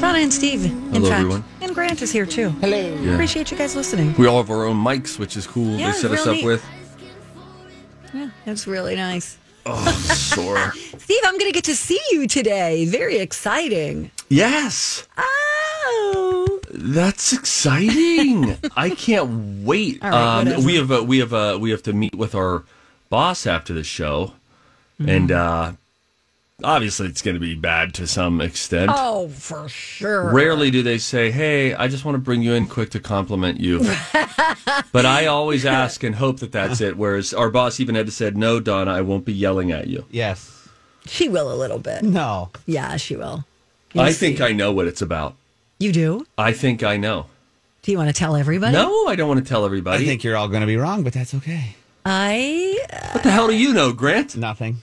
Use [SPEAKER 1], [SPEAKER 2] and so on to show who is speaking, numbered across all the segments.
[SPEAKER 1] Donna and Steve. In
[SPEAKER 2] Hello,
[SPEAKER 1] fact.
[SPEAKER 2] everyone.
[SPEAKER 1] And Grant is here too.
[SPEAKER 3] Hello.
[SPEAKER 2] Yeah.
[SPEAKER 1] Appreciate you guys listening.
[SPEAKER 2] We all have our own mics, which is cool.
[SPEAKER 1] Yeah,
[SPEAKER 2] they set us
[SPEAKER 1] really.
[SPEAKER 2] up with.
[SPEAKER 1] Yeah, that's really nice.
[SPEAKER 2] Oh, sure.
[SPEAKER 1] Steve, I'm going to get to see you today. Very exciting.
[SPEAKER 2] yes,
[SPEAKER 1] Oh.
[SPEAKER 2] that's exciting. I can't wait.
[SPEAKER 1] All right, whatever.
[SPEAKER 2] we have uh, we have uh, we have to meet with our boss after the show,
[SPEAKER 1] Mm-hmm.
[SPEAKER 2] and uh, obviously it's going to be bad to some extent.
[SPEAKER 1] Oh, for sure.
[SPEAKER 2] Rarely do they say, "Hey, I just want to bring you in quick to compliment you," but I always ask and hope that that's it. Whereas our boss even had to said, "No, Donna, I won't be yelling at you."
[SPEAKER 3] Yes.
[SPEAKER 1] She will a little bit.
[SPEAKER 3] No.
[SPEAKER 1] Yeah, she will.
[SPEAKER 2] I think I know what it's about.
[SPEAKER 1] You do?
[SPEAKER 2] I think I know.
[SPEAKER 1] Do you want to tell everybody?
[SPEAKER 2] No, I don't want to tell
[SPEAKER 3] I
[SPEAKER 2] everybody.
[SPEAKER 3] think you're all going to be wrong, but that's okay.
[SPEAKER 1] I
[SPEAKER 2] what the hell do you know, Grant?
[SPEAKER 3] Nothing.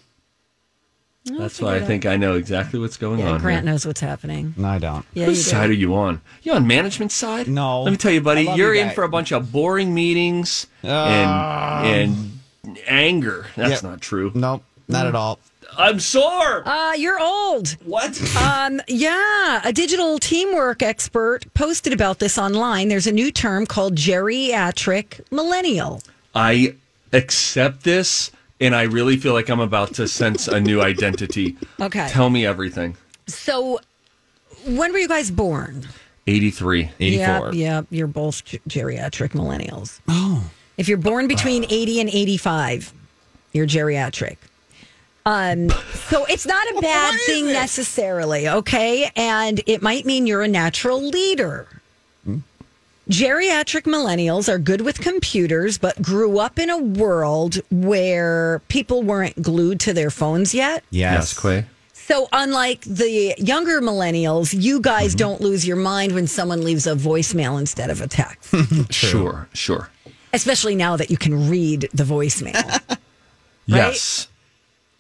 [SPEAKER 2] That's why I think I know exactly what's going
[SPEAKER 1] yeah,
[SPEAKER 2] on.
[SPEAKER 1] Grant
[SPEAKER 2] here.
[SPEAKER 1] knows what's happening.
[SPEAKER 3] No, I don't.
[SPEAKER 1] Yeah, you
[SPEAKER 2] Whose
[SPEAKER 1] do.
[SPEAKER 2] side are you on? You on management side?
[SPEAKER 3] No.
[SPEAKER 2] Let me tell you, buddy,
[SPEAKER 3] I love
[SPEAKER 2] you're
[SPEAKER 3] you
[SPEAKER 2] in
[SPEAKER 3] guys. Um.
[SPEAKER 2] for a bunch of boring meetings and and anger. That's
[SPEAKER 3] Yeah.
[SPEAKER 2] not true.
[SPEAKER 3] Nope. Not at all.
[SPEAKER 2] I'm sore.
[SPEAKER 1] Uh, you're old.
[SPEAKER 2] what?
[SPEAKER 1] Um, yeah, a digital teamwork expert posted about this online. There's a new term called geriatric millennial.
[SPEAKER 2] I accept this, and I really feel like I'm about to sense a new identity.
[SPEAKER 1] Okay.
[SPEAKER 2] Tell me everything.
[SPEAKER 1] So, when were you guys born?
[SPEAKER 2] 83.
[SPEAKER 3] 84.
[SPEAKER 1] Yep, yep. You're both ge- geriatric millennials. Oh. If you're born between 80 and 85, you're geriatric. Um, so it's not a bad thing necessarily, okay? And it might mean you're a natural leader. Geriatric millennials are good with computers, but grew up in a world where people weren't glued to their phones yet.
[SPEAKER 2] Yes, Quay.
[SPEAKER 1] So, unlike the younger millennials, you guys
[SPEAKER 2] Mm-hmm.
[SPEAKER 1] don't lose your mind when someone leaves a voicemail instead of a text,
[SPEAKER 2] Hmm. Sure, sure.
[SPEAKER 1] especially now that you can read the voicemail.
[SPEAKER 2] Yes.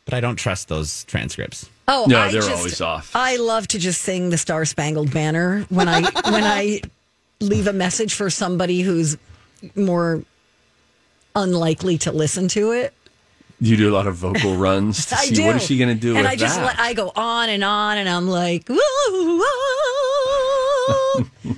[SPEAKER 3] But I don't trust those transcripts.
[SPEAKER 1] Oh,
[SPEAKER 2] No,
[SPEAKER 1] I
[SPEAKER 2] they're
[SPEAKER 1] just-
[SPEAKER 2] always off.
[SPEAKER 1] I love to just sing the Star Spangled Banner when I when I leave a message for somebody who's more unlikely to listen to it.
[SPEAKER 2] You do a lot of vocal runs to
[SPEAKER 1] I
[SPEAKER 2] see
[SPEAKER 1] do.
[SPEAKER 2] what is she going to do
[SPEAKER 1] And
[SPEAKER 2] with
[SPEAKER 1] I just
[SPEAKER 2] that.
[SPEAKER 1] let- I go on and on, and I'm like, woo, woo, woo.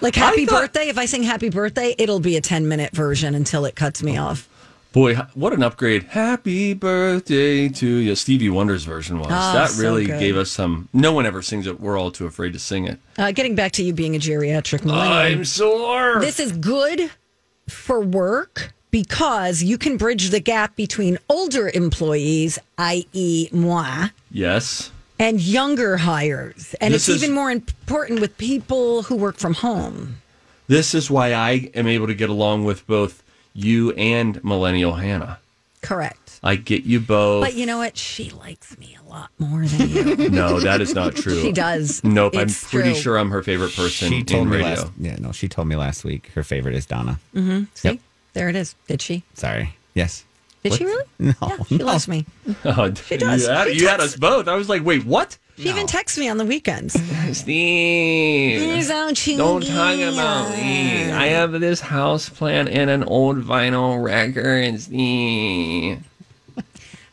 [SPEAKER 1] like happy
[SPEAKER 2] thought-
[SPEAKER 1] birthday. If I sing happy birthday, it'll be a 10 minute version until it cuts me off.
[SPEAKER 2] Boy, h- what an upgrade! Happy birthday to you. Stevie Wonder's version was
[SPEAKER 1] Oh,
[SPEAKER 2] that
[SPEAKER 1] so
[SPEAKER 2] really
[SPEAKER 1] good.
[SPEAKER 2] gave us some. No one ever sings it. We're all too afraid to sing it.
[SPEAKER 1] Uh, getting back to you being a geriatric millennial,
[SPEAKER 2] I'm sore.
[SPEAKER 1] this is good for work because you can bridge the gap between older employees, i.e., moi.
[SPEAKER 2] yes,
[SPEAKER 1] and younger hires. And
[SPEAKER 2] This
[SPEAKER 1] it's
[SPEAKER 2] is-
[SPEAKER 1] even more important with people who work from home.
[SPEAKER 2] this is why I am able to get along with both you and millennial Hannah.
[SPEAKER 1] Correct.
[SPEAKER 2] I get you both.
[SPEAKER 1] But you know what? She likes me a lot more than you.
[SPEAKER 2] no, that is not true.
[SPEAKER 1] she does.
[SPEAKER 2] Nope, I'm
[SPEAKER 1] It's
[SPEAKER 2] pretty
[SPEAKER 1] true.
[SPEAKER 2] sure I'm her favorite person
[SPEAKER 3] She told
[SPEAKER 2] in
[SPEAKER 3] me
[SPEAKER 2] radio.
[SPEAKER 3] last. Yeah, no, she told me last week her favorite is Donna.
[SPEAKER 1] See? There it is. Did she?
[SPEAKER 3] Sorry. Yes.
[SPEAKER 1] Did she really?
[SPEAKER 3] No,
[SPEAKER 1] Yeah, she
[SPEAKER 3] no.
[SPEAKER 1] loves me.
[SPEAKER 2] Oh,
[SPEAKER 1] does.
[SPEAKER 2] You, had,
[SPEAKER 1] She
[SPEAKER 2] you had
[SPEAKER 1] texts-
[SPEAKER 2] us both. I was like, wait, what?
[SPEAKER 1] She even texts me on the weekends.
[SPEAKER 2] Steve. Don't talk about me. I have this house plant and an old vinyl record. Steve.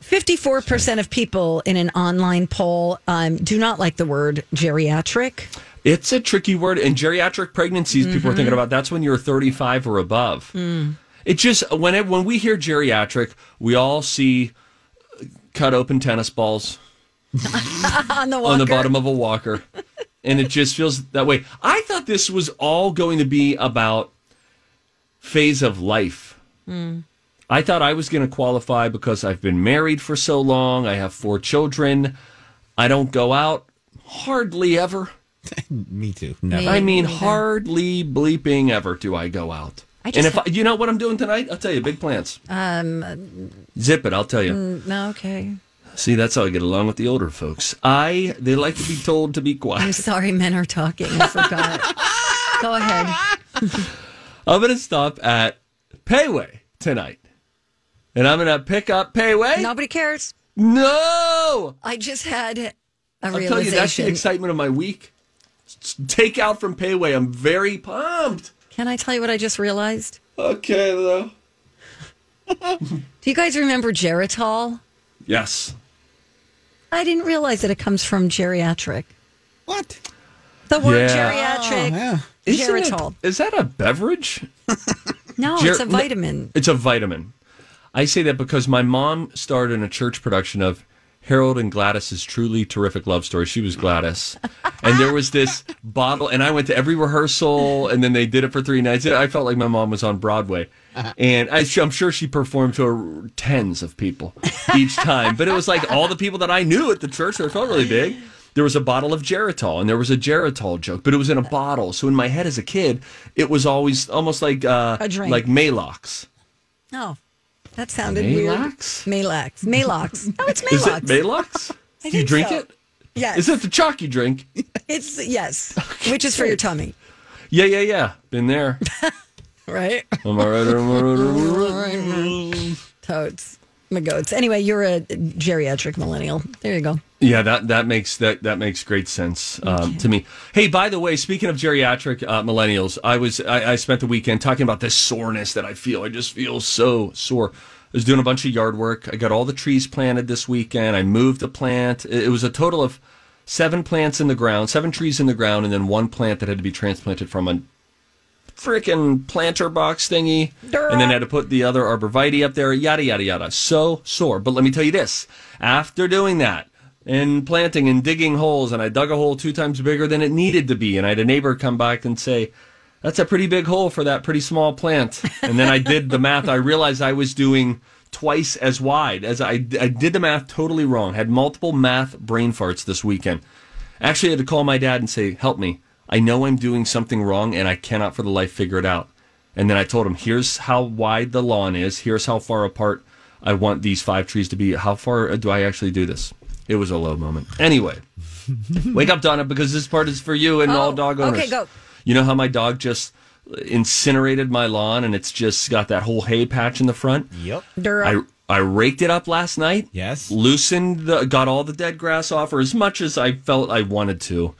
[SPEAKER 1] 54% of people in an online poll um, do not like the word geriatric.
[SPEAKER 2] It's a tricky word. And geriatric pregnancies, people are thinking about that's when you're 35 or above. It just, when, it, when we hear geriatric, we all see cut open tennis balls
[SPEAKER 1] on the walker.
[SPEAKER 2] on the bottom of a walker. and it just feels that way. I thought this was all going to be about phase of life.
[SPEAKER 1] Hmm.
[SPEAKER 2] I thought I was going to qualify because I've been married for so long. I have four children. I don't go out hardly ever.
[SPEAKER 3] Me too. Never.
[SPEAKER 2] I mean, hardly bleeping ever do I go out.
[SPEAKER 1] I just
[SPEAKER 2] and if
[SPEAKER 1] ha-
[SPEAKER 2] I, you know what I'm doing tonight, I'll tell you. Big plans. Um, Zip it. I'll tell you.
[SPEAKER 1] No, okay.
[SPEAKER 2] See, that's how I get along with the older folks. I they like to be told to be quiet.
[SPEAKER 1] I'm sorry men are talking. I forgot. Go ahead.
[SPEAKER 2] I'm going to stop at Payway tonight. And I'm going to pick up Payway.
[SPEAKER 1] Nobody cares.
[SPEAKER 2] No!
[SPEAKER 1] I just had a
[SPEAKER 2] I'm telling you, that's the
[SPEAKER 1] realization.
[SPEAKER 2] excitement of my week. S- Takeout from Payway. I'm very pumped.
[SPEAKER 1] Can I tell you what I just realized?
[SPEAKER 2] Okay, though.
[SPEAKER 1] Do you guys remember Geritol?
[SPEAKER 2] Yes.
[SPEAKER 1] I didn't realize that it comes from geriatric.
[SPEAKER 3] What?
[SPEAKER 1] The word
[SPEAKER 2] Yeah.
[SPEAKER 1] geriatric.
[SPEAKER 3] Oh, Yeah.
[SPEAKER 2] Isn't it-
[SPEAKER 1] Geritol.
[SPEAKER 2] is that a beverage?
[SPEAKER 1] No,
[SPEAKER 2] Ger-
[SPEAKER 1] it's a vitamin.
[SPEAKER 2] It's a vitamin. I say that because my mom starred in a church production of Harold and Gladys's truly terrific love story. She was Gladys. And there was this bottle, and I went to every rehearsal, and then they did it for three nights. I felt like my mom was on Broadway. And I, I'm sure she performed to tens of people each time. But it was like all the people that I knew at the church that felt really big. There was a bottle of Geritol, and there was a Geritol joke, but it was in a bottle. So in my head as a kid, it was always almost like uh,
[SPEAKER 1] A drink.
[SPEAKER 2] like Malox.
[SPEAKER 1] No, that sounded
[SPEAKER 2] Malox?
[SPEAKER 1] weird. Malox. Malox. No, it's Malox.
[SPEAKER 2] Is it Malox? Do you
[SPEAKER 1] think
[SPEAKER 2] drink
[SPEAKER 1] so.
[SPEAKER 2] it?
[SPEAKER 1] Yes.
[SPEAKER 2] Is it the chalk you drink?
[SPEAKER 1] It's yes, which is for your tummy,
[SPEAKER 2] Yeah, yeah, yeah. Been there.
[SPEAKER 1] right?
[SPEAKER 2] I'm all right. I'm all right, I'm all right.
[SPEAKER 1] Toads, my goats. Anyway, you're a geriatric millennial. There you go.
[SPEAKER 2] Yeah, that, that makes that that makes great sense um, to me. Hey, by the way, speaking of geriatric uh, millennials, I was I, I spent the weekend talking about this soreness that I feel. I just feel so sore. I was doing a bunch of yard work. I got all the trees planted this weekend. I moved a plant. It, it was a total of seven plants in the ground, seven trees in the ground, and then one plant that had to be transplanted from a freaking planter box thingy, and then had to put the other arborvitae up there. Yada yada yada. So sore. But let me tell you this: after doing that and planting and digging holes, and I dug a hole two times bigger than it needed to be, and I had a neighbor come back and say. That's a pretty big hole for that pretty small plant. And then I did the math. I realized I was doing twice as wide as I, I did the math totally wrong. Had multiple math brain farts this weekend. Actually, I had to call my dad and say, Help me. I know I'm doing something wrong and I cannot for the life figure it out. And then I told him, Here's how wide the lawn is. Here's how far apart I want these five trees to be. How far do I actually do this? It was a low moment. Anyway, wake up, Donna, because this part is for you and all
[SPEAKER 1] Oh,
[SPEAKER 2] dog owners.
[SPEAKER 1] okay, go.
[SPEAKER 2] You know how my dog just incinerated my lawn and it's just got that whole hay patch in the front?
[SPEAKER 3] Yep.
[SPEAKER 2] I
[SPEAKER 1] Dura.
[SPEAKER 2] I raked it up last night.
[SPEAKER 3] Yes.
[SPEAKER 2] Loosened the got all the dead grass off or as much as I felt I wanted to.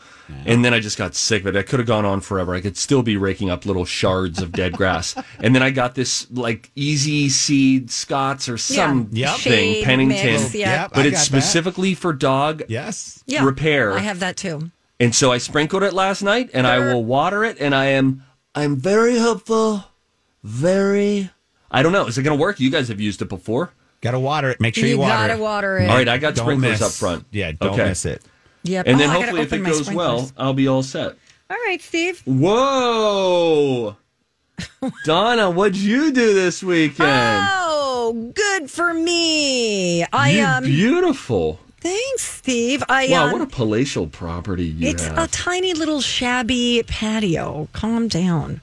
[SPEAKER 2] And then I just got sick of it. I could have gone on forever. I could still be raking up little shards of dead grass. and then I got this like easy seed Scots or some
[SPEAKER 3] Yep.
[SPEAKER 2] thing,
[SPEAKER 1] Shade
[SPEAKER 2] Pennington.
[SPEAKER 1] mix, yeah.
[SPEAKER 3] Yep,
[SPEAKER 2] But
[SPEAKER 3] I
[SPEAKER 2] it's
[SPEAKER 3] got
[SPEAKER 2] specifically for dog.
[SPEAKER 3] That. Yes.
[SPEAKER 1] yeah.
[SPEAKER 2] repair.
[SPEAKER 1] I have that too.
[SPEAKER 2] And so I sprinkled it last night and I will water it and I am I'm very hopeful. Very I don't know. Is it gonna work? You guys have used it before.
[SPEAKER 3] Got to water it. Make sure
[SPEAKER 1] you
[SPEAKER 3] you, water
[SPEAKER 1] gotta
[SPEAKER 3] it.
[SPEAKER 1] water it.
[SPEAKER 2] All right, I got
[SPEAKER 3] Don't
[SPEAKER 2] sprinklers
[SPEAKER 3] miss.
[SPEAKER 2] up front.
[SPEAKER 3] Yeah, don't
[SPEAKER 2] Okay.
[SPEAKER 3] miss it.
[SPEAKER 1] Yep.
[SPEAKER 2] And then
[SPEAKER 1] Oh, I gotta
[SPEAKER 2] hopefully, if
[SPEAKER 1] open
[SPEAKER 2] it
[SPEAKER 1] my
[SPEAKER 2] goes well,
[SPEAKER 1] sprinklers.
[SPEAKER 2] I'll be all set.
[SPEAKER 1] All right, Steve.
[SPEAKER 2] Whoa, Donna, what'd you do this weekend?
[SPEAKER 1] Oh, good for me. I
[SPEAKER 2] you
[SPEAKER 1] um.
[SPEAKER 2] beautiful.
[SPEAKER 1] Thanks, Steve. I
[SPEAKER 2] Wow,
[SPEAKER 1] um,
[SPEAKER 2] what a palatial property you
[SPEAKER 1] It's a
[SPEAKER 2] have.
[SPEAKER 1] tiny little shabby patio. Calm down.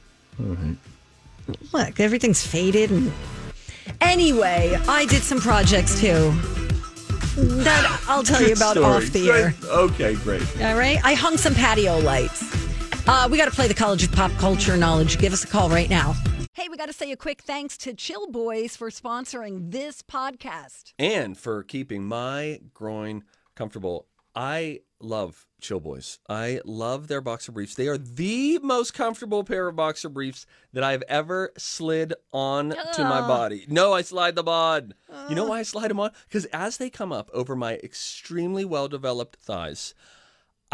[SPEAKER 1] Look, everything's faded. And... Anyway, I did some projects too. That I'll tell you
[SPEAKER 2] Good
[SPEAKER 1] about
[SPEAKER 2] story.
[SPEAKER 1] off the
[SPEAKER 2] Good-
[SPEAKER 1] air.
[SPEAKER 2] Okay, great.
[SPEAKER 1] All right. I hung some patio lights. Uh, we got to play the College of Pop Culture Knowledge. Give us a call right now. Hey, we got to say a quick thanks to Chill Boys for sponsoring this podcast.
[SPEAKER 2] and for keeping my groin comfortable. I love Chill Boys. I love their boxer briefs. They are the most comfortable pair of boxer briefs that I've ever slid on to my body. No, I slide them on. You know why I slide them on? Because as they come up over my extremely well developed thighs,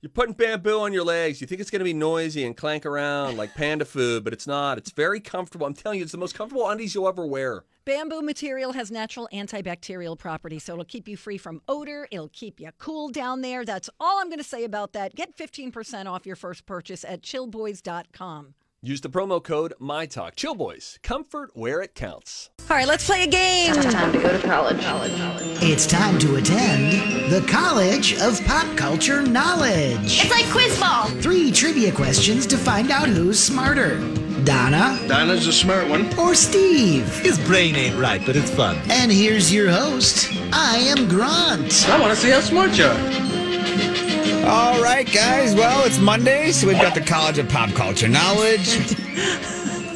[SPEAKER 2] You're putting bamboo on your legs. You think it's going to be noisy and clank around like panda food, but it's not. It's very comfortable. I'm telling you, it's the most comfortable undies you'll ever wear.
[SPEAKER 1] Bamboo material has natural antibacterial properties, so it'll keep you free from odor. It'll keep you cool down there. That's all I'm going to say about that. Get 15% off your first purchase at chillboys.com.
[SPEAKER 4] Use the promo code MyTalk. Chill Boys, comfort where it counts.
[SPEAKER 1] All right, let's play a game.
[SPEAKER 5] It's time to attend the College of Pop Culture Knowledge. It's like quiz ball. Three trivia questions to find out who's smarter. Donna
[SPEAKER 6] Dinah's a smart one.
[SPEAKER 5] or Steve?
[SPEAKER 3] His brain ain't right, but it's fun.
[SPEAKER 5] And here's your host. I am Grant.
[SPEAKER 6] I want to see how smart you are.
[SPEAKER 3] All right, guys. Well, it's Monday, so we've got the College of Pop Culture Knowledge.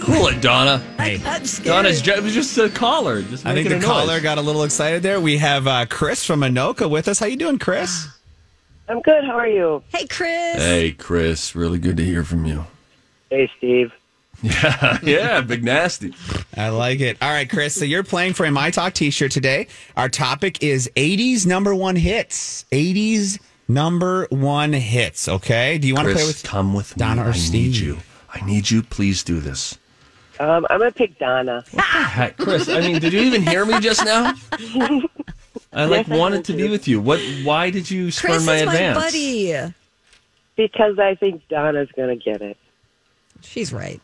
[SPEAKER 2] Cool it, Donna.
[SPEAKER 3] Hey,
[SPEAKER 1] I'm scared.
[SPEAKER 2] Donna's ju- it was just a caller. Just
[SPEAKER 3] I think
[SPEAKER 2] making
[SPEAKER 3] the
[SPEAKER 2] a
[SPEAKER 3] caller
[SPEAKER 2] noise.
[SPEAKER 3] got a little excited there. We have uh, Chris from Anoka with us. How you doing, Chris?
[SPEAKER 7] I'm good. How are you?
[SPEAKER 1] Hey, Chris.
[SPEAKER 2] Hey, Chris. Really good to hear from you.
[SPEAKER 7] Hey, Steve.
[SPEAKER 2] Yeah, yeah. Big nasty.
[SPEAKER 3] I like it. All right, Chris. So you're playing for a My Talk T-shirt today. Our topic is '80s number one hits. '80s number one hits. Okay. Do you want to
[SPEAKER 2] Chris,
[SPEAKER 3] play with?
[SPEAKER 2] come with me.
[SPEAKER 3] Donna or
[SPEAKER 2] I
[SPEAKER 3] Steve?
[SPEAKER 2] need you. I need you. Please do this.
[SPEAKER 7] Um, I'm gonna pick Donna.
[SPEAKER 2] Heck, Chris. I mean, did you even hear me just now? I like
[SPEAKER 7] Yes, I
[SPEAKER 2] wanted
[SPEAKER 7] heard
[SPEAKER 2] to
[SPEAKER 7] you.
[SPEAKER 2] be with you. What? Why did you spurn
[SPEAKER 1] Chris
[SPEAKER 2] my
[SPEAKER 1] is
[SPEAKER 2] advance?
[SPEAKER 1] my buddy.
[SPEAKER 7] Because I think Donna's gonna get it.
[SPEAKER 1] She's right.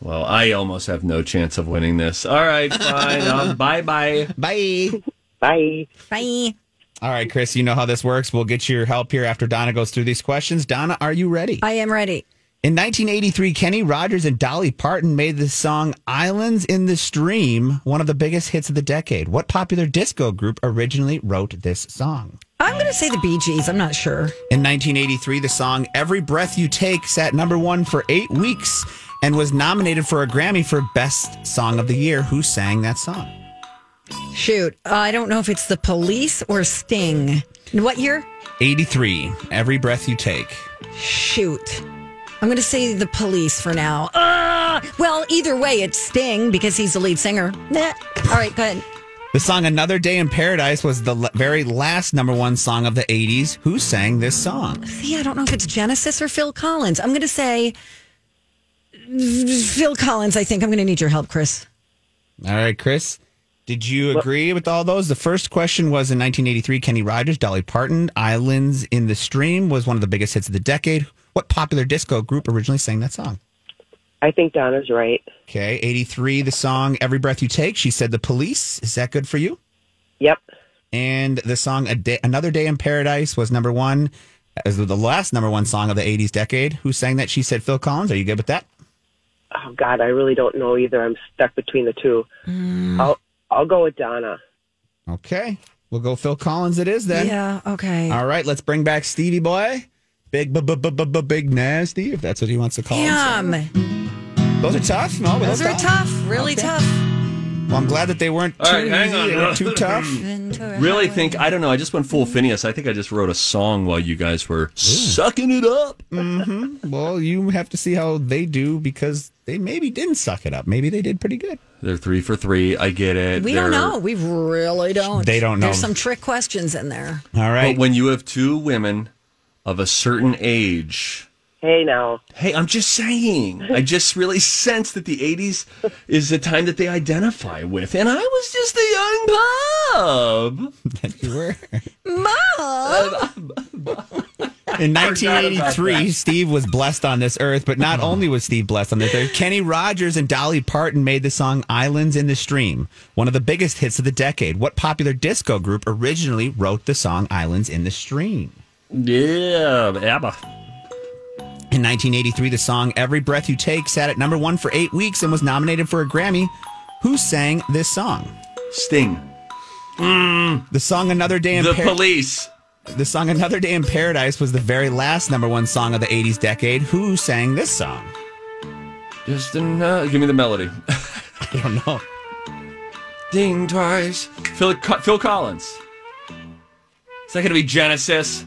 [SPEAKER 2] Well, I almost have no chance of winning this. All right, fine. um, bye, bye.
[SPEAKER 3] Bye.
[SPEAKER 7] Bye.
[SPEAKER 1] Bye.
[SPEAKER 3] All right, Chris. You know how this works. We'll get your help here after Donna goes through these questions. Donna, are you ready?
[SPEAKER 1] I am ready.
[SPEAKER 3] In 1983, Kenny Rogers and Dolly Parton made the song Islands in the Stream one of the biggest hits of the decade. What popular disco group originally wrote this song?
[SPEAKER 1] I'm going to say the Bee Gees. I'm not sure.
[SPEAKER 3] In 1983, the song Every Breath You Take sat number one for eight weeks and was nominated for a Grammy for Best Song of the Year. Who sang that song?
[SPEAKER 1] Shoot. I don't know if it's the police or Sting. What year?
[SPEAKER 3] 83, Every Breath You Take.
[SPEAKER 1] Shoot. I'm going to say the police for now. Uh, well, either way, it's Sting because he's the lead singer. Nah. All right, go ahead.
[SPEAKER 3] The song Another Day in Paradise was the l- very last number one song of the 80s. Who sang this song?
[SPEAKER 1] See, I don't know if it's Genesis or Phil Collins. I'm going to say Phil Collins, I think. I'm going to need your help, Chris.
[SPEAKER 3] All right, Chris. Did you agree with all those? The first question was in 1983, Kenny Rogers, Dolly Parton, Islands in the Stream was one of the biggest hits of the decade. What popular disco group originally sang that song?
[SPEAKER 7] I think Donna's right.
[SPEAKER 3] Okay, 83, the song Every Breath You Take. She said The Police. Is that good for you?
[SPEAKER 7] Yep.
[SPEAKER 3] And the song A Day, Another Day in Paradise was number one, as the last number one song of the 80s decade. Who sang that? She said Phil Collins. Are you good with that?
[SPEAKER 7] Oh God, I really don't know either. I'm stuck between the two. I'll I'll go with Donna.
[SPEAKER 3] Okay, we'll go Phil Collins it is then.
[SPEAKER 1] Yeah, okay.
[SPEAKER 3] All right, let's bring back Stevie Boy. Big, b- b- b- b- b- big nasty, if that's what he wants to call himself.
[SPEAKER 1] Damn.
[SPEAKER 3] Those are tough. No, but
[SPEAKER 1] Those are tough. Really tough.
[SPEAKER 3] Well, I'm glad that they weren't
[SPEAKER 2] All
[SPEAKER 3] too
[SPEAKER 2] right, hang
[SPEAKER 3] easy.
[SPEAKER 2] on.
[SPEAKER 3] They weren't too tough.
[SPEAKER 1] Ventura
[SPEAKER 2] Really
[SPEAKER 1] Highway.
[SPEAKER 2] think I don't know. I just went full Phineas. I think I just wrote a song while you guys were sucking it up.
[SPEAKER 3] Well, you have to see how they do because they maybe didn't suck it up. Maybe they did pretty good.
[SPEAKER 2] They're three for three. I get it.
[SPEAKER 1] We don't
[SPEAKER 2] They're-
[SPEAKER 1] know. We really don't.
[SPEAKER 3] They don't
[SPEAKER 1] There's
[SPEAKER 3] know.
[SPEAKER 1] some trick questions in there.
[SPEAKER 3] All right.
[SPEAKER 2] But when you have two women of a certain age,
[SPEAKER 7] Hey now.
[SPEAKER 2] hey, I'm just saying. I just really sense that the 80s is the time that they identify with, and I was just a young pub.
[SPEAKER 3] you were.
[SPEAKER 1] Mom!
[SPEAKER 3] In 1983, Steve was blessed on this earth, but not only was Steve blessed on this earth, Kenny Rogers and Dolly Parton made the song Islands in the Stream, one of the biggest hits of the decade. What popular disco group originally wrote the song Islands in the Stream?
[SPEAKER 2] Yeah, ABBA.
[SPEAKER 3] In 1983, the song Every Breath You Take sat at number one for eight weeks and was nominated for a Grammy. Who sang this song?
[SPEAKER 2] Sting.
[SPEAKER 3] The song Another Day in
[SPEAKER 2] The
[SPEAKER 3] Par-
[SPEAKER 2] police.
[SPEAKER 3] The song Another Day in Paradise was the very last number one song of the 80s decade. Who sang this song?
[SPEAKER 2] Just enough. Give me the melody.
[SPEAKER 3] I don't know.
[SPEAKER 2] Ding twice. Phil, Co- Phil Collins. Is that going to be Genesis?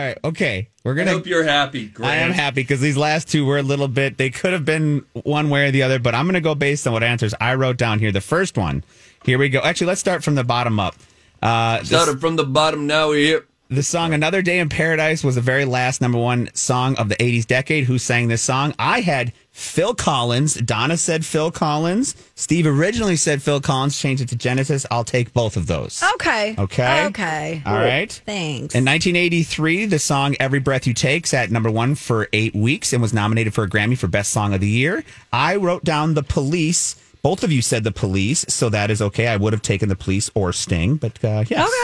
[SPEAKER 3] right. Okay. We're
[SPEAKER 2] I
[SPEAKER 3] going
[SPEAKER 2] hope
[SPEAKER 3] to.
[SPEAKER 2] you're happy. Grant.
[SPEAKER 3] I am happy because these last two were a little bit, they could have been one way or the other, but I'm going to go based on what answers I wrote down here. The first one, here we go. Actually, let's start from the bottom up. Uh, this-
[SPEAKER 2] Started from the bottom. Now we're here.
[SPEAKER 3] The song Another Day in Paradise was the very last number one song of the 80s decade. Who sang this song? I had Phil Collins. Donna said Phil Collins. Steve originally said Phil Collins, changed it to Genesis. I'll take both of those.
[SPEAKER 1] Okay.
[SPEAKER 3] Okay.
[SPEAKER 1] Okay.
[SPEAKER 3] All right.
[SPEAKER 1] Thanks.
[SPEAKER 3] In 1983, the song Every Breath You Take sat at number one for eight weeks and was nominated for a Grammy for Best Song of the Year. I wrote down The Police. Both of you said The Police, so that is okay. I would have taken The Police or Sting, but uh, yes.
[SPEAKER 1] okay.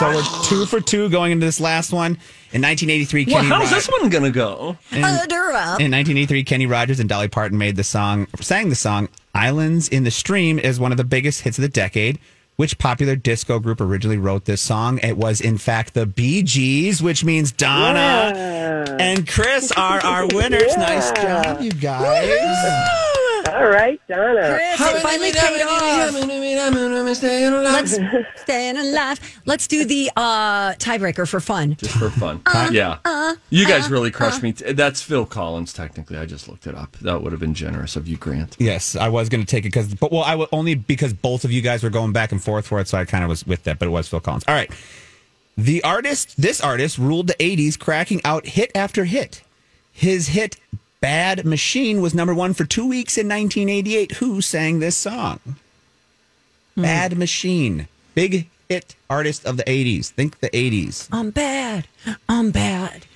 [SPEAKER 3] So we're two for two going into this last one. In 1983,
[SPEAKER 2] Well,
[SPEAKER 3] Kenny
[SPEAKER 2] how's
[SPEAKER 3] Rog-
[SPEAKER 2] this one gonna go?
[SPEAKER 3] in, in 1983, Kenny Rogers and Dolly Parton made the song, sang the song "Islands in the Stream" is one of the biggest hits of the decade. Which popular disco group originally wrote this song? It was, in fact, the Bee Gees, which means Donna and Chris are our winners. Nice job, you guys.
[SPEAKER 7] All right, Donna.
[SPEAKER 1] Chris, it finally paid off. Let's staying alive. Let's do the uh, tiebreaker for fun.
[SPEAKER 2] Just for fun.
[SPEAKER 1] Uh,
[SPEAKER 2] yeah. you guys really crushed me. T- That's Phil Collins, technically. I just looked it up. That would have been generous of you, Grant.
[SPEAKER 3] Yes, I was going to take it because, but well, I would only because both of you guys were going back and forth for it, so I kind of was with that. But it was Phil Collins. All right, the artist, this artist ruled the '80s, cracking out hit after hit. His hit "Bad Machine" was number one for two weeks in 1988. Who sang this song?
[SPEAKER 2] Hmm.
[SPEAKER 3] "Bad Machine," big hit artist of the '80s. Think the '80s.
[SPEAKER 1] I'm bad. I'm bad.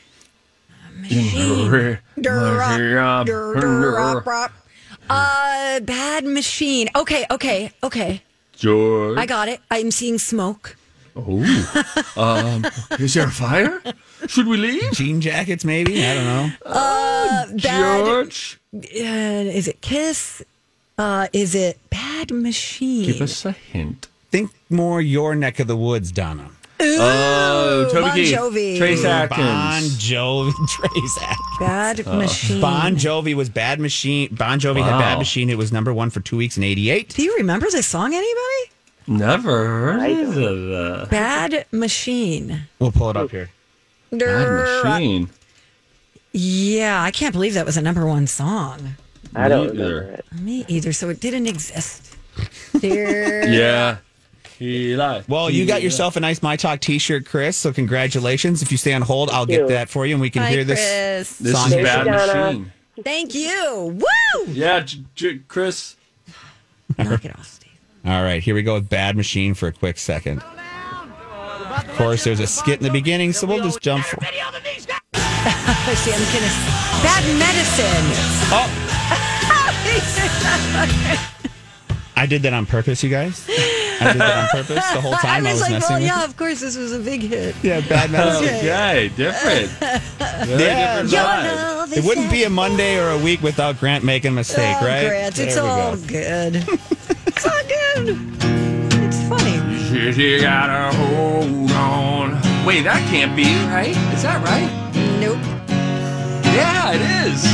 [SPEAKER 1] Durop, durop,
[SPEAKER 2] George.
[SPEAKER 1] durop. Uh, bad machine. Okay, okay, okay. I got it. I'm seeing smoke.
[SPEAKER 2] Oh. Um, is there a fire? Should we leave?
[SPEAKER 3] Jean jackets, maybe. I don't know.
[SPEAKER 1] Bad.
[SPEAKER 2] George.
[SPEAKER 1] Uh, is it kiss? Uh, is it bad machine?
[SPEAKER 2] Give us a hint.
[SPEAKER 3] Think more your neck of the woods, Donna.
[SPEAKER 2] Oh, Toby
[SPEAKER 1] Bon
[SPEAKER 2] Keith,
[SPEAKER 1] Jovi.
[SPEAKER 2] Trace
[SPEAKER 3] Bon
[SPEAKER 2] Atkins.
[SPEAKER 3] Jovi, Trace Atkins.
[SPEAKER 1] Bad
[SPEAKER 3] Uh,
[SPEAKER 1] machine.
[SPEAKER 3] Bon Jovi was Bad Machine. Bon Jovi had Bad
[SPEAKER 2] Wow.
[SPEAKER 3] Machine. It was number one for two weeks in '88.
[SPEAKER 1] Do you remember this song, anybody?
[SPEAKER 2] Never heard of that.
[SPEAKER 1] Bad machine.
[SPEAKER 3] We'll pull it up here.
[SPEAKER 2] Bad
[SPEAKER 1] Durop.
[SPEAKER 2] machine.
[SPEAKER 1] Yeah, I can't believe that was a number one song.
[SPEAKER 7] I
[SPEAKER 2] Me
[SPEAKER 7] don't
[SPEAKER 2] either.
[SPEAKER 7] remember it.
[SPEAKER 1] Me either. So it didn't exist. Dear.
[SPEAKER 2] Yeah. Eli.
[SPEAKER 3] Well, you got yourself a nice My Talk T-shirt, Chris. So congratulations. If you stay on hold, I'll get
[SPEAKER 7] you.
[SPEAKER 3] that for you, and we can
[SPEAKER 1] Hi,
[SPEAKER 3] hear this
[SPEAKER 1] Chris.
[SPEAKER 2] This
[SPEAKER 3] song.
[SPEAKER 2] is Bad
[SPEAKER 7] Thank you, Donna.
[SPEAKER 2] Machine.
[SPEAKER 1] Thank you. Woo!
[SPEAKER 2] Yeah, J- J- Chris.
[SPEAKER 1] Knock it off, Steve.
[SPEAKER 3] All right, here we go with Bad Machine for a quick second. Of course, there's a skit in the beginning, so we'll just jump. For-
[SPEAKER 1] Oh, Sam Kinnis. Bad medicine.
[SPEAKER 3] oh, I did that on purpose, you guys. I did that on purpose the whole time. I was
[SPEAKER 1] like,
[SPEAKER 3] messing.
[SPEAKER 1] well,
[SPEAKER 3] with
[SPEAKER 1] yeah, of course, this was a big hit.
[SPEAKER 3] Yeah, bad medicine.
[SPEAKER 2] Okay, different. Very
[SPEAKER 3] Yeah.
[SPEAKER 2] different
[SPEAKER 3] You're
[SPEAKER 2] vibes.
[SPEAKER 3] It wouldn't be a Monday or a week without Grant making a mistake,
[SPEAKER 1] oh,
[SPEAKER 3] right?
[SPEAKER 1] Grant, it's
[SPEAKER 3] There we go.
[SPEAKER 1] all good. it's all good. It's funny.
[SPEAKER 2] Shit, you gotta hold on. Wait, that can't be right. Is that right?
[SPEAKER 1] Nope.
[SPEAKER 2] Yeah, it is.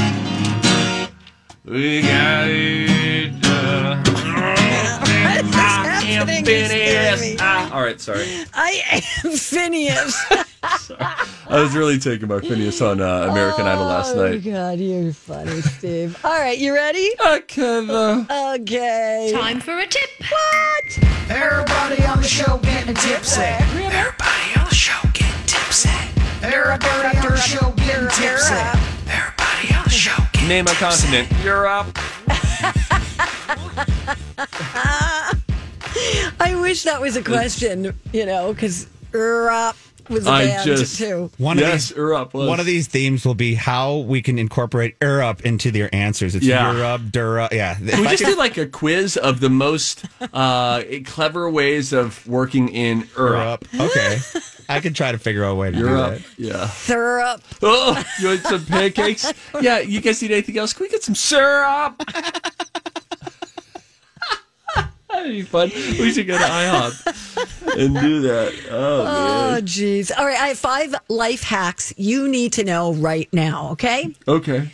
[SPEAKER 2] We got it. uh,
[SPEAKER 1] What is
[SPEAKER 2] I am
[SPEAKER 1] happening? You scared
[SPEAKER 2] finished.
[SPEAKER 1] me.
[SPEAKER 2] Ah, all right, sorry.
[SPEAKER 1] I am Phineas.
[SPEAKER 2] I was really taken by Phineas on uh, American Idol last
[SPEAKER 1] Oh,
[SPEAKER 2] night.
[SPEAKER 1] God, you're funny, Steve. All right, you ready?
[SPEAKER 3] Uh,
[SPEAKER 2] Okay.
[SPEAKER 1] Okay.
[SPEAKER 5] Time
[SPEAKER 1] for a tip. What?
[SPEAKER 5] Everybody on the show getting tipsy. Everybody on the show getting tipsy. Everybody on the show getting tipsy. Everybody on the show.
[SPEAKER 2] Name a continent. Europe.
[SPEAKER 1] I wish that was a question, you know, because Urop was a band too.
[SPEAKER 3] One
[SPEAKER 2] Yes,
[SPEAKER 3] of these,
[SPEAKER 2] Europe was.
[SPEAKER 3] One of these themes will be how we can incorporate Europe into their answers. It's
[SPEAKER 2] Yeah.
[SPEAKER 3] Europe, Dura. Yeah. If
[SPEAKER 2] we
[SPEAKER 3] I
[SPEAKER 2] just
[SPEAKER 3] could-
[SPEAKER 2] did like a quiz of the most uh, clever ways of working in Europe.
[SPEAKER 3] Okay. I could try to figure out a way to
[SPEAKER 2] Europe.
[SPEAKER 3] do
[SPEAKER 2] that. Yeah.
[SPEAKER 1] Syrup.
[SPEAKER 2] Oh, you want some pancakes? Yeah, you guys need anything else? Can we get some syrup? That'd be fun. We should go to IHOP and do that. Oh,
[SPEAKER 1] Oh,
[SPEAKER 2] man.
[SPEAKER 1] jeez. All right, I have five life hacks you need to know right now, okay?
[SPEAKER 2] Okay.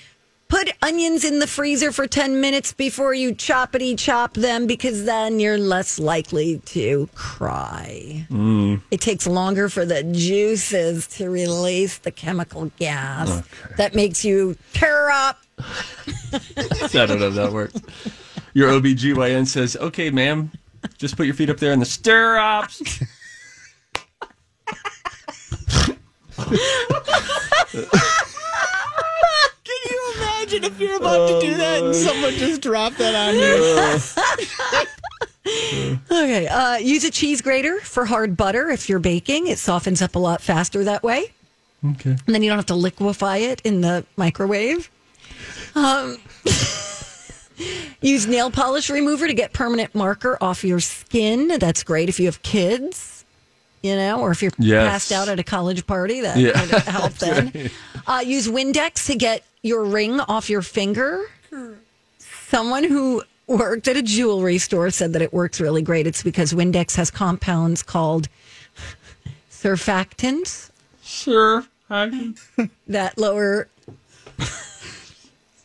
[SPEAKER 1] Put onions in the freezer for 10 minutes before you choppity chop them because then you're less likely to cry.
[SPEAKER 8] Mm.
[SPEAKER 1] It takes longer for the juices to release the chemical gas that makes you tear up.
[SPEAKER 2] I don't know if that works. Your OBGYN says, okay, ma'am, just put your feet up there in the stirrups.
[SPEAKER 3] Can you
[SPEAKER 1] imagine if
[SPEAKER 3] you're
[SPEAKER 1] about
[SPEAKER 3] to do that and someone just dropped that on you?
[SPEAKER 1] Okay, uh, use a cheese grater for hard butter if you're baking. It softens up a lot faster that way.
[SPEAKER 2] Okay.
[SPEAKER 1] And then you don't have to liquefy it in the microwave. Um, use nail polish remover to get permanent marker off your skin. That's great if you have kids, you know, or if you're
[SPEAKER 8] Yes.
[SPEAKER 1] passed out at a college party. That
[SPEAKER 8] Yeah.
[SPEAKER 1] would help then. Uh, use Windex to get your ring off your finger. Someone who worked at a jewelry store said that it works really great. It's because Windex has compounds called surfactants
[SPEAKER 2] Sure. I
[SPEAKER 1] that lower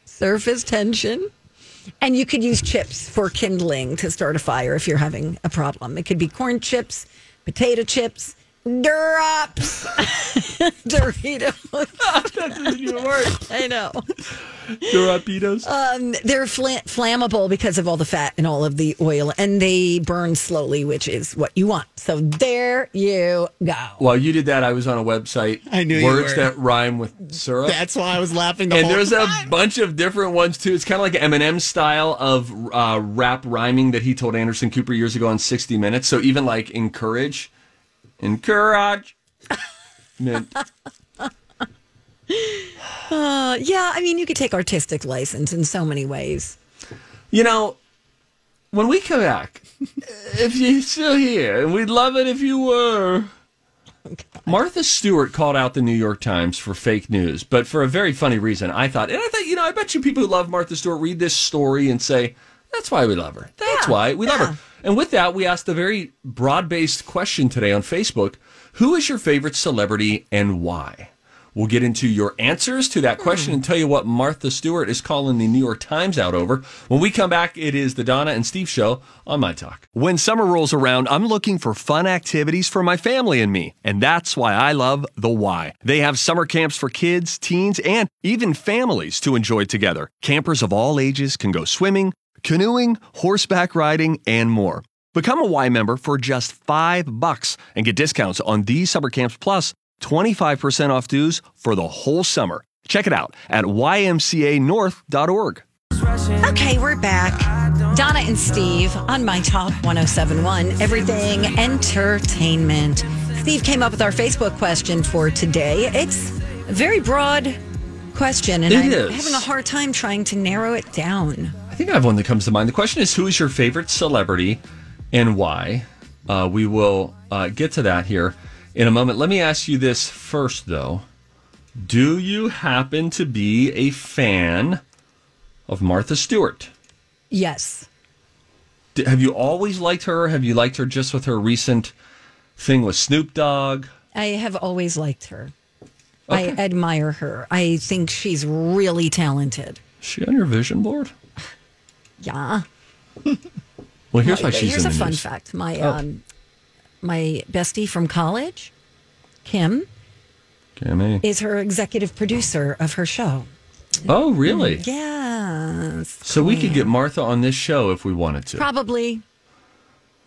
[SPEAKER 1] surface tension. And you could use chips for kindling to start a fire if you're having a problem. It could be corn chips, potato chips, drops, Doritos. that
[SPEAKER 2] doesn't even work.
[SPEAKER 1] I know.
[SPEAKER 2] Durapitos.
[SPEAKER 1] Um, they're fla- flammable because of all the fat and all of the oil, and they burn slowly, which is what you want. So there you go.
[SPEAKER 2] While you did that, I was on a website. I
[SPEAKER 3] knew you
[SPEAKER 2] words
[SPEAKER 3] were.
[SPEAKER 2] that rhyme with syrup.
[SPEAKER 3] That's why I was laughing the
[SPEAKER 2] and
[SPEAKER 3] whole
[SPEAKER 2] there's
[SPEAKER 3] time.
[SPEAKER 2] a bunch of different ones too. It's kind of like an Eminem style of uh, rap rhyming that he told Anderson Cooper years ago on 60 Minutes. So even like encourage, encourage, meant
[SPEAKER 1] Uh, yeah, I mean, you could take artistic license in so many ways.
[SPEAKER 2] You know, when we come back, if you're still here, and we'd love it if you were. Martha Stewart called out the New York Times for fake news, but for a very funny reason. I thought, and I thought, you know, I bet you people who love Martha Stewart read this story and say, that's why we love her. That's why we love her. And with that, we asked a very broad based question today on Facebook Who is your favorite celebrity and why? We'll get into your answers to that question and tell you what Martha Stewart is calling the New York Times out over. When we come back, it is the Donna and Steve show on My Talk.
[SPEAKER 4] When summer rolls around, I'm looking for fun activities for my family and me, and that's why I love The Y. They have summer camps for kids, teens, and even families to enjoy together. Campers of all ages can go swimming, canoeing, horseback riding, and more. Become a Y member for just 5 bucks and get discounts on these summer camps plus 25% off dues for the whole summer. Check it out at ymcanorth.org.
[SPEAKER 1] Okay, we're back. Donna and Steve on My Talk 1071, Everything Entertainment. Steve came up with our Facebook question for today. It's a very broad question, and
[SPEAKER 2] It
[SPEAKER 1] I'm
[SPEAKER 2] is.
[SPEAKER 1] having a hard time trying to narrow it down.
[SPEAKER 2] I think I have one that comes to mind. The question is Who is your favorite celebrity and why? Uh, we will uh, get to that here in a moment. Let me ask you this first, though. Do you happen to be a fan of Martha Stewart?
[SPEAKER 1] Yes.
[SPEAKER 2] D- Have you always liked her? Have you liked her just with her recent thing with Snoop Dogg?
[SPEAKER 1] I have always liked her. I admire her. I think she's really talented.
[SPEAKER 2] Is she on your vision board?
[SPEAKER 1] Yeah.
[SPEAKER 2] Well, here's
[SPEAKER 1] My-
[SPEAKER 2] why she's
[SPEAKER 1] here's
[SPEAKER 2] in
[SPEAKER 1] a
[SPEAKER 2] the
[SPEAKER 1] fun
[SPEAKER 2] news.
[SPEAKER 1] fact. My
[SPEAKER 2] Oh.
[SPEAKER 1] um, my bestie from college, Kim,
[SPEAKER 2] Kimmy.
[SPEAKER 1] is her executive producer of her show.
[SPEAKER 2] Oh, really?
[SPEAKER 1] Mm-hmm. Yes.
[SPEAKER 2] So we could get Martha on this show if we wanted to.
[SPEAKER 1] Probably.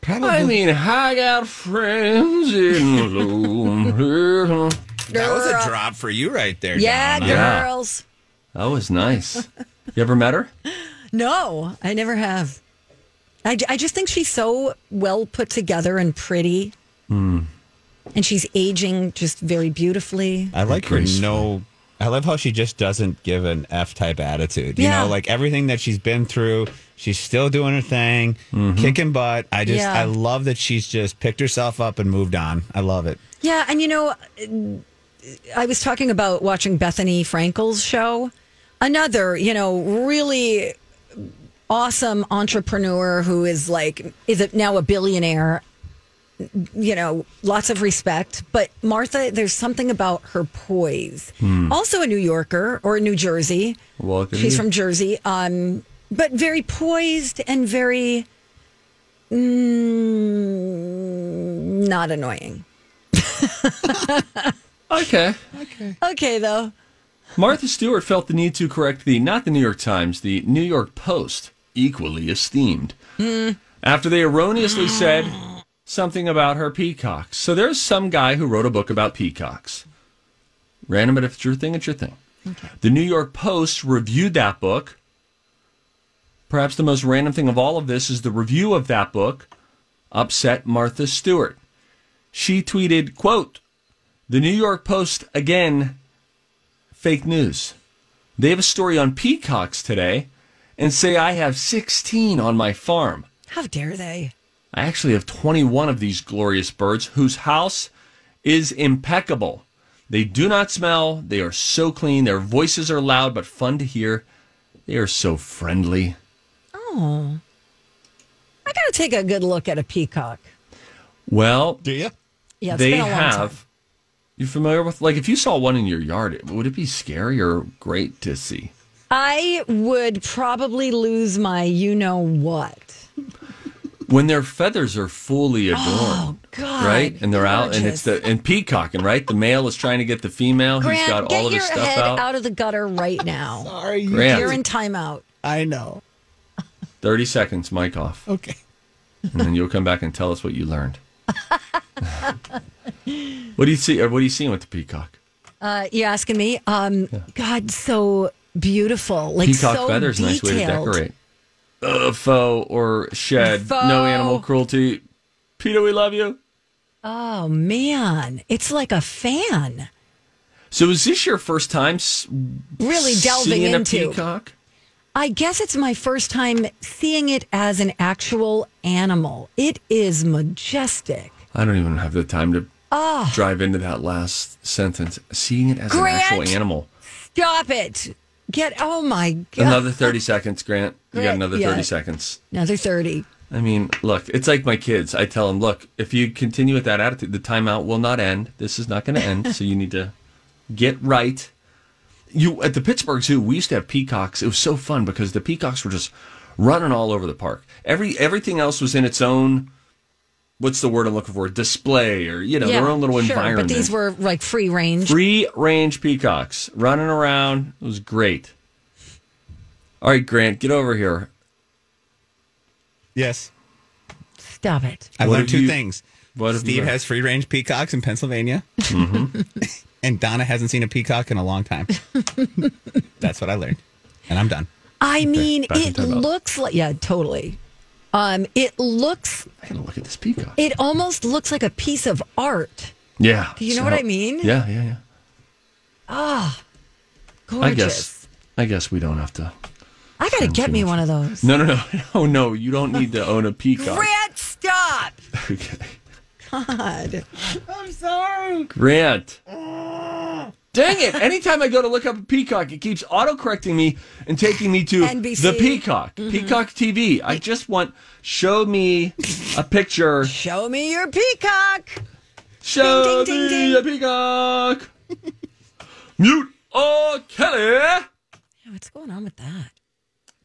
[SPEAKER 2] Probably. I mean, I got friends in Lone
[SPEAKER 3] That was a drop for you right there.
[SPEAKER 1] Yeah,
[SPEAKER 2] Donna. Yeah.
[SPEAKER 1] girls.
[SPEAKER 2] That was nice. You ever met her?
[SPEAKER 1] No, I never have. I, ju- I just think she's so well put together and pretty,
[SPEAKER 3] Hmm.
[SPEAKER 1] and she's aging just very beautifully.
[SPEAKER 3] I like her
[SPEAKER 1] Graceful.
[SPEAKER 3] no. I love how she just doesn't give an F type attitude. You
[SPEAKER 1] Yeah.
[SPEAKER 3] know, like everything that she's been through, she's still doing her thing,
[SPEAKER 2] Mm-hmm.
[SPEAKER 3] kicking butt. I just,
[SPEAKER 1] Yeah.
[SPEAKER 3] I love that she's just picked herself up and moved on. I love it.
[SPEAKER 1] Yeah, and you know, I was talking about watching Bethany Frankel's show. Another, you know, really awesome entrepreneur who is like is it now a billionaire. You know, lots of respect, but Martha, there's something about her poise.
[SPEAKER 8] Hmm.
[SPEAKER 1] Also, a New Yorker or New Jersey.
[SPEAKER 2] Welcome.
[SPEAKER 1] She's from Jersey, um, but very poised and very mm, not annoying.
[SPEAKER 2] Okay.
[SPEAKER 1] Okay. Okay, though.
[SPEAKER 2] Martha Stewart felt the need to correct the, not the New York Times, the New York Post, equally esteemed, after they erroneously said something about her peacocks. So there's some guy who wrote a book about peacocks. Random, but if it's your thing, it's your thing. The New York Post reviewed that book. Perhaps the most random thing of all of this is the review of that book upset Martha Stewart. She tweeted, quote, The New York Post again fake news. They have a story on peacocks today and say I have 16 on my farm.
[SPEAKER 1] How dare they?
[SPEAKER 2] I actually have 21 of these glorious birds whose house is impeccable. They do not smell. They are so clean. Their voices are loud but fun to hear. They are so friendly.
[SPEAKER 1] Oh. I got to take a good look at a peacock.
[SPEAKER 2] Well, do
[SPEAKER 3] you?
[SPEAKER 1] Yeah, it's
[SPEAKER 2] they
[SPEAKER 1] been a long
[SPEAKER 2] have.
[SPEAKER 1] time.
[SPEAKER 2] You familiar with like if you saw one in your yard, it- would it be scary or great to see?
[SPEAKER 1] I would probably lose my you know what.
[SPEAKER 2] when their feathers are fully adorned,
[SPEAKER 1] Oh, God,
[SPEAKER 2] right? And they're out, and it's the and peacocking, right? The male is trying to get the female. He's
[SPEAKER 1] Grant,
[SPEAKER 2] got
[SPEAKER 1] get
[SPEAKER 2] all of
[SPEAKER 1] your
[SPEAKER 2] his stuff
[SPEAKER 1] head out.
[SPEAKER 2] out.
[SPEAKER 1] of the gutter right now. Sorry,
[SPEAKER 2] you Grant.
[SPEAKER 1] you're in timeout.
[SPEAKER 3] I know.
[SPEAKER 2] Thirty seconds, mic off,
[SPEAKER 3] Okay.
[SPEAKER 2] and then you'll come back and tell us what you learned. what do you see? Or what are you seeing with the peacock?
[SPEAKER 1] Uh, you asking me? Um, God, so beautiful. Like
[SPEAKER 2] peacock
[SPEAKER 1] so
[SPEAKER 2] feathers,
[SPEAKER 1] detailed.
[SPEAKER 2] nice way to decorate. Uh, faux or shed, no
[SPEAKER 1] Faux.
[SPEAKER 2] animal cruelty. Peter, we love you.
[SPEAKER 1] Oh man, it's like a fan.
[SPEAKER 2] So, is this your first time s-
[SPEAKER 1] Really delving
[SPEAKER 2] seeing
[SPEAKER 1] into.
[SPEAKER 2] a peacock?
[SPEAKER 1] I guess it's my first time seeing it as an actual animal. It is majestic.
[SPEAKER 2] I don't even have the time to
[SPEAKER 1] Oh,
[SPEAKER 2] drive into that last sentence. Seeing it as
[SPEAKER 1] Grant!
[SPEAKER 2] an actual animal.
[SPEAKER 1] stop it. Get oh my god.
[SPEAKER 2] Another 30 seconds, Grant. You got
[SPEAKER 1] Grant,
[SPEAKER 2] another
[SPEAKER 1] yeah.
[SPEAKER 2] 30 seconds.
[SPEAKER 1] Another 30.
[SPEAKER 2] I mean, look, it's like my kids. I tell them, look, if you continue with that attitude, the timeout will not end. This is not going to end. so you need to get right. You at the Pittsburgh Zoo, we used to have peacocks. It was so fun because the peacocks were just running all over the park. Every everything else was in its own. What's the word I'm looking for? Display or you know
[SPEAKER 1] Yeah,
[SPEAKER 2] their own little
[SPEAKER 1] sure,
[SPEAKER 2] environment.
[SPEAKER 1] But these were like free range.
[SPEAKER 2] Free range peacocks running around. It was great. All right, Grant, get over here.
[SPEAKER 3] Yes.
[SPEAKER 1] Stop it.
[SPEAKER 3] I
[SPEAKER 2] What
[SPEAKER 3] learned
[SPEAKER 2] have
[SPEAKER 3] two
[SPEAKER 2] you-
[SPEAKER 3] things.
[SPEAKER 2] what have you
[SPEAKER 3] Steve
[SPEAKER 2] learned? Mm-hmm.
[SPEAKER 3] has free range peacocks in Pennsylvania, and Donna hasn't seen a peacock in a long time. That's what I learned, and I'm done.
[SPEAKER 1] I mean,
[SPEAKER 3] back in
[SPEAKER 1] it
[SPEAKER 3] timeout.
[SPEAKER 1] looks like yeah, totally. Um, it looks.
[SPEAKER 2] I gotta look at this peacock.
[SPEAKER 1] It almost looks like a piece of art.
[SPEAKER 2] Yeah.
[SPEAKER 1] Do you know what I mean?
[SPEAKER 2] Yeah, yeah, yeah.
[SPEAKER 1] Ah, gorgeous.
[SPEAKER 2] I guess. I guess we don't have to.
[SPEAKER 1] I gotta get me one of those.
[SPEAKER 2] No, no, no, no, no. You don't need to own a peacock.
[SPEAKER 1] Grant, stop!
[SPEAKER 2] Okay.
[SPEAKER 1] God, I'm sorry.
[SPEAKER 2] Grant. Dang it! Anytime I go to look up a peacock, it keeps autocorrecting me and taking me to
[SPEAKER 1] NBC.
[SPEAKER 2] the peacock,
[SPEAKER 1] Mm-hmm.
[SPEAKER 2] Peacock TV. I just want show me a picture.
[SPEAKER 1] Show me your peacock.
[SPEAKER 2] Show
[SPEAKER 1] Ding,
[SPEAKER 2] me
[SPEAKER 1] ding, ding,
[SPEAKER 2] a peacock. Mute. Oh, Kelly.
[SPEAKER 1] What's going on with that?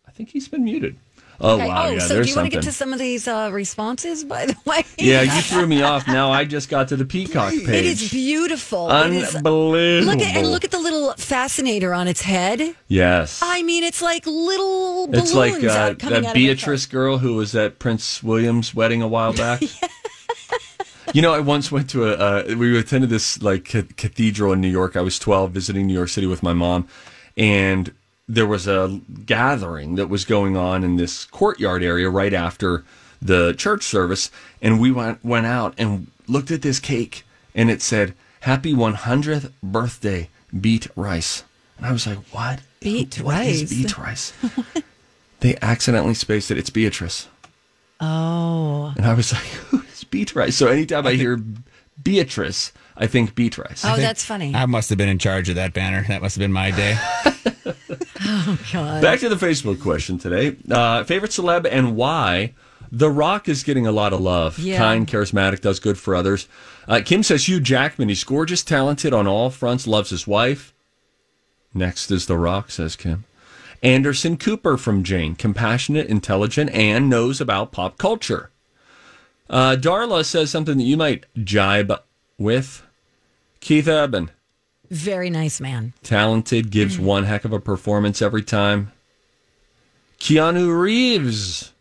[SPEAKER 2] I think he's been muted. Oh wow,
[SPEAKER 1] oh,
[SPEAKER 2] yeah,
[SPEAKER 1] so do you want
[SPEAKER 2] there's something.
[SPEAKER 1] to get to some of these uh, responses, by the way?
[SPEAKER 2] yeah, you threw me off. Now I just got to the peacock page.
[SPEAKER 1] It is beautiful. It is-
[SPEAKER 2] Unbelievable.
[SPEAKER 1] Look at and look at the little fascinator on its head.
[SPEAKER 2] Yes.
[SPEAKER 1] I mean, it's like little balloons
[SPEAKER 2] It's like uh,
[SPEAKER 1] out coming
[SPEAKER 2] that
[SPEAKER 1] out of it.
[SPEAKER 2] Beatrice girl who was at Prince William's wedding a while back. You know, I once went to a, uh, we attended this like ca- cathedral in New York. I was 12 visiting New York City with my mom. And there was a gathering that was going on in this courtyard area right after the church service. And we went, went out and looked at this cake and it said, Happy 100th birthday, beat rice. And I was like, What?
[SPEAKER 1] Beat
[SPEAKER 2] What is
[SPEAKER 1] rice.
[SPEAKER 2] beat rice? They accidentally spaced it. It's Beatrice.
[SPEAKER 1] Oh.
[SPEAKER 2] And I was like, who is Beatrice? So anytime I hear Beatrice, I think Beatrice.
[SPEAKER 1] Oh, that's funny.
[SPEAKER 3] I must have been in charge of that banner. That must have been my day.
[SPEAKER 1] Oh God.
[SPEAKER 2] Back to the Facebook question today. Uh, favorite celeb and why? The Rock is getting a lot of love.
[SPEAKER 1] Yeah.
[SPEAKER 2] Kind, charismatic, does good for others. Uh, Kim says Hugh Jackman. He's gorgeous, talented on all fronts, loves his wife. Next is The Rock, says Kim. Anderson Cooper from Jane, compassionate, intelligent, and knows about pop culture. Uh, Darla says something that you might jibe with. Keith Urban.
[SPEAKER 1] Very nice man.
[SPEAKER 2] talented, gives
[SPEAKER 1] Mm-hmm.
[SPEAKER 2] one heck of a performance every time. Keanu Reeves,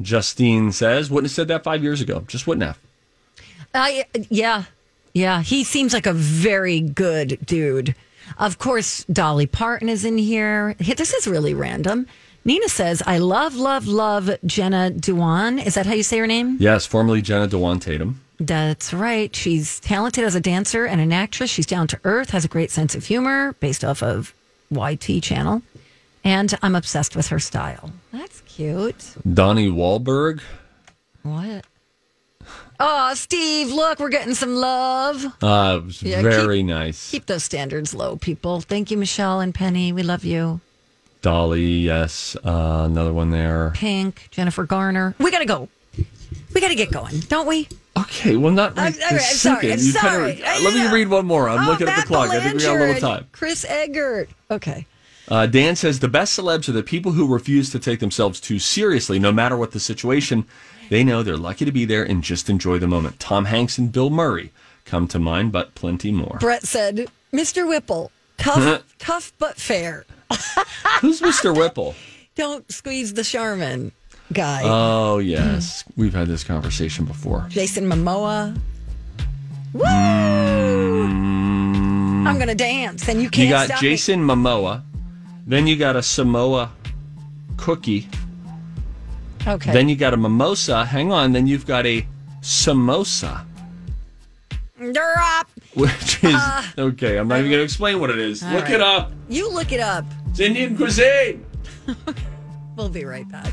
[SPEAKER 2] Justine says, wouldn't have said that five years ago. Just wouldn't have.
[SPEAKER 1] I yeah, yeah. He seems like a very good dude. Of course, Dolly Parton is in here. Hey, This is really random. Nina says, "I love, love, love Jenna Dewan." Is that how you say her name?
[SPEAKER 2] Yes, formerly Jenna Dewan Tatum.
[SPEAKER 1] That's right. She's talented as a dancer and an actress. She's down to earth, has a great sense of humor based off of YT channel. And I'm obsessed with her style. That's cute.
[SPEAKER 2] Donnie Wahlberg.
[SPEAKER 1] What? Oh, Steve, look, we're getting some love.
[SPEAKER 2] Uh, it was
[SPEAKER 1] Yeah,
[SPEAKER 2] very
[SPEAKER 1] keep-
[SPEAKER 2] nice.
[SPEAKER 1] Keep those standards low, people. Thank you, Michelle and Penny. We love you.
[SPEAKER 2] Dolly, yes. Uh, another one there.
[SPEAKER 1] Pink, Jennifer Garner. We got to go. We got to get going, don't we?
[SPEAKER 2] Okay, well, not right
[SPEAKER 1] I'm- all right, I'm
[SPEAKER 2] this
[SPEAKER 1] sorry,
[SPEAKER 2] second.
[SPEAKER 1] I'm
[SPEAKER 2] You kinda-
[SPEAKER 1] sorry. I
[SPEAKER 2] let me
[SPEAKER 1] know.
[SPEAKER 2] read one more. I'm
[SPEAKER 1] Oh,
[SPEAKER 2] looking at the
[SPEAKER 1] Matt
[SPEAKER 2] clock. I think we got a little
[SPEAKER 1] Blanchard,
[SPEAKER 2] time.
[SPEAKER 1] Chris Eggert. Okay.
[SPEAKER 2] Uh, Dan says the best celebs are the people who refuse to take themselves too seriously, no matter what the situation. They know they're lucky to be there and just enjoy the moment. Tom Hanks and Bill Murray come to mind, but plenty more.
[SPEAKER 1] Brett said, Mr. Whipple, tough, tough but fair.
[SPEAKER 2] Who's Mr. Whipple?
[SPEAKER 1] Don't squeeze the Charmin guy.
[SPEAKER 2] Oh, yes. We've had this conversation before.
[SPEAKER 1] Jason Momoa. Woo! I'm going to dance and you can't
[SPEAKER 2] You got
[SPEAKER 1] stop
[SPEAKER 2] Jason Momoa. Then you got a Samoa cookie.
[SPEAKER 1] me. Okay.
[SPEAKER 2] Then you got a mimosa. Hang on. Then you've got a samosa,
[SPEAKER 1] Drop.
[SPEAKER 2] which is. okay, I'm not even going to explain what it is.
[SPEAKER 1] Ah. All
[SPEAKER 2] Look
[SPEAKER 1] right.
[SPEAKER 2] it up.
[SPEAKER 1] You look it up.
[SPEAKER 2] It's Indian cuisine.
[SPEAKER 1] We'll be right back.